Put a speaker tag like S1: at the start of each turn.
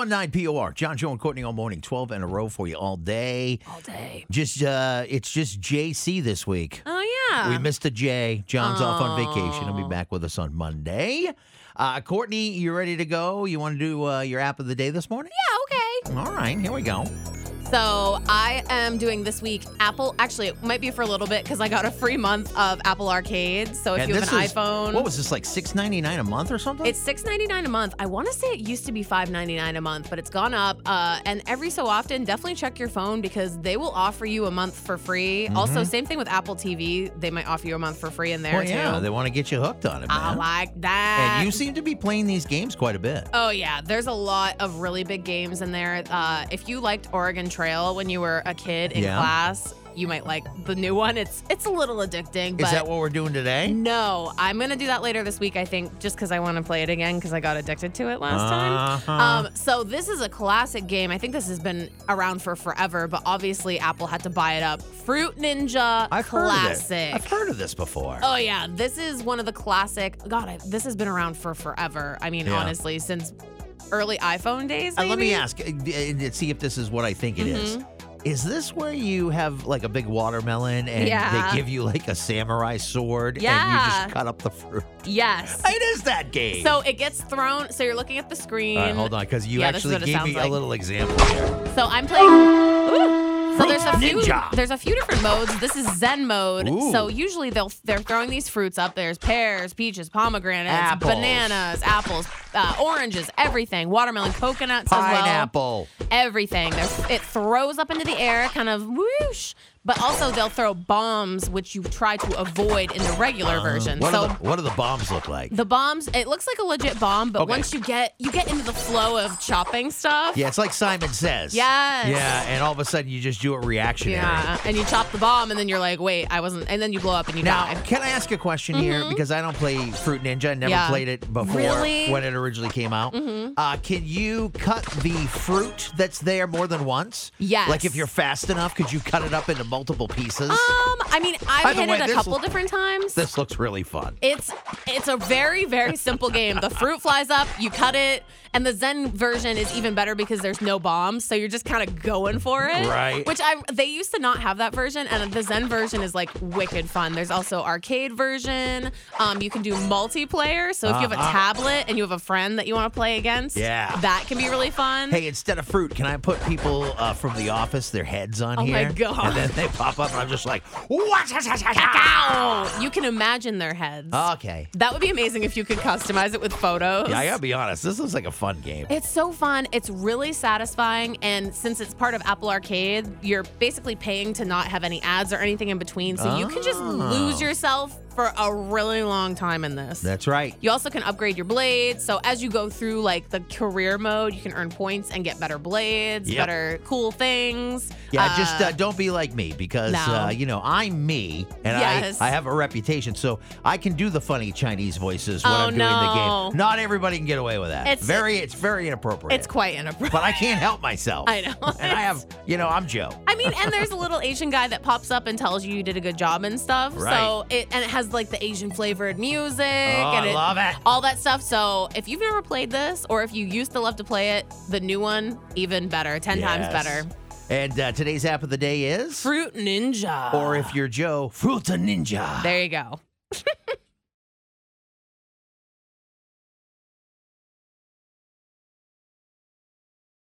S1: 1019 POR. John, Joe, and Courtney all morning. 12 in a row for you all day.
S2: All day.
S1: Just uh It's just JC this week.
S2: Oh, yeah.
S1: We missed a J. John's off on vacation. He'll be back with us on Monday. Uh, Courtney, you ready to go? You want to do uh, your app of the day this morning?
S2: yeah, okay.
S1: All right, here we go.
S2: So I am doing this week Apple. Actually, it might be for a little bit because I got a free month of Apple Arcade. So if
S1: And
S2: you have
S1: this
S2: an
S1: is-
S2: iPhone,
S1: What was this like? Six ninety nine a month or something?
S2: It's six ninety nine a month. I want to say it used to be five ninety nine a month, but it's gone up. Uh, and every so often, definitely check your phone because they will offer you a month for free.
S1: Mm-hmm.
S2: Also, same thing with Apple TV; they might offer you a month for free in there
S1: well, yeah,
S2: too.
S1: they want to get you hooked on it,
S2: I
S1: man.
S2: like that.
S1: and you seem to be playing these games quite a bit.
S2: Oh yeah, there's a lot of really big games in there. Uh, if you liked Oregon Trail when you were a kid in
S1: Yeah.
S2: class, you might like the new one. It's it's a little addicting, but
S1: Is that what we're doing today?
S2: no, I'm gonna do that later this week. I think just because I want to play it again because I got addicted to it last time.
S1: Uh-huh.
S2: Um, so this is a classic game. I think this has been around for forever, but obviously Apple had to buy it up. Fruit Ninja
S1: I've heard
S2: classic.
S1: of it. I've heard of this before.
S2: Oh yeah, this is one of the classic. God, I, this has been around for forever. I mean,
S1: Yeah.
S2: honestly, since early iPhone days.
S1: Uh, let me
S2: maybe?
S1: ask, uh, uh, see if this is what I think it is.
S2: Mm-hmm.
S1: Is this where you have like a big watermelon and
S2: Yeah.
S1: they give you like a samurai sword and you
S2: Yeah.
S1: just cut up the fruit?
S2: Yes.
S1: It is that game.
S2: So it gets thrown. So you're looking at the screen.
S1: All right, hold on, because you
S2: Yeah, this is
S1: actually
S2: what it
S1: gave me
S2: sounds like.
S1: a little example here.
S2: So I'm playing. Ooh. So
S1: Fruit
S2: there's a few.
S1: Ninja.
S2: There's a few different modes. This is Zen mode.
S1: Ooh.
S2: So usually they'll they're throwing these fruits up. There's pears, peaches, pomegranates,
S1: Apples.
S2: bananas, apples, uh, oranges, everything, watermelon, coconuts as well.
S1: Pineapple.
S2: everything. There's, it throws up into the air, kind of whoosh. But also, they'll throw bombs, which you try to avoid in the regular version.
S1: What,
S2: so
S1: do Uh, the, what do the bombs look like?
S2: the bombs, it looks like a legit bomb, but
S1: Okay.
S2: once you get you get into the flow of chopping stuff,
S1: Yeah, it's like Simon Says.
S2: Yes.
S1: Yeah, and all of a sudden you just do it reactionary.
S2: yeah, and you chop the bomb, and then you're like, wait, I wasn't, and then you blow up and you
S1: Now,
S2: die.
S1: can I ask a question here? Because I don't play Fruit Ninja. I never
S2: Mm-hmm. Yeah.
S1: played it before
S2: Really? Mm-hmm.
S1: when it originally came out. Uh, can you cut the fruit that's there more than once?
S2: Yes.
S1: Like if you're fast enough, could you cut it up into multiple pieces?
S2: Um, I mean,
S1: By
S2: I've
S1: the
S2: hit
S1: way,
S2: it a
S1: this-
S2: couple different times.
S1: this looks really fun.
S2: It's it's a very very simple game. The fruit flies up, you cut it, and the Zen version is even better because there's no bombs, so you're just kind of going for it.
S1: Right.
S2: Which I they used to not have that version, and the Zen version is like wicked fun. There's also arcade version. Um, you can do multiplayer, so if you have a
S1: Uh-huh.
S2: tablet and you have a friend that you want to play against,
S1: Yeah.
S2: that can be really fun.
S1: Hey, instead of fruit, can I put people uh, from the office their heads on
S2: Oh my
S1: here?
S2: God.
S1: And then they pop up, and I'm just like, what?
S2: Ow! Oh, You can imagine their heads.
S1: Okay.
S2: that would be amazing if you could customize it with photos.
S1: Uh. Yeah, I gotta be honest. This looks like a fun game.
S2: It's so fun. It's really satisfying. And since it's part of Apple Arcade, you're basically paying to not have any ads or anything in between. So you can just lose
S1: Oh.
S2: yourself for a really long time in this.
S1: That's right.
S2: you also can upgrade your blades. So as you go through like the career mode, you can earn points and get better blades,
S1: Yep.
S2: better cool things.
S1: Yeah, just uh, don't be like me because
S2: no.
S1: uh, you know I'm me and
S2: Yes.
S1: I I have a reputation, so I can do the funny Chinese voices when
S2: Oh,
S1: I'm doing the
S2: no.
S1: game. Not everybody can get away with that.
S2: It's-
S1: very it's very inappropriate.
S2: it's quite inappropriate.
S1: but I can't help myself.
S2: I know.
S1: And I have you know I'm Joe.
S2: I mean, and there's a little Asian guy that pops up and tells you you did a good job and stuff.
S1: Right.
S2: So it and it has like the Asian flavored music
S1: Oh,
S2: and
S1: I
S2: it-
S1: love it.
S2: all that stuff. So if you've never played this, or if you used to love to play it, the new one even better, ten times
S1: Yes.
S2: better.
S1: And uh, today's app of the day is
S2: Fruit Ninja.
S1: or if you're Joe, Fruta Ninja.
S2: there you go.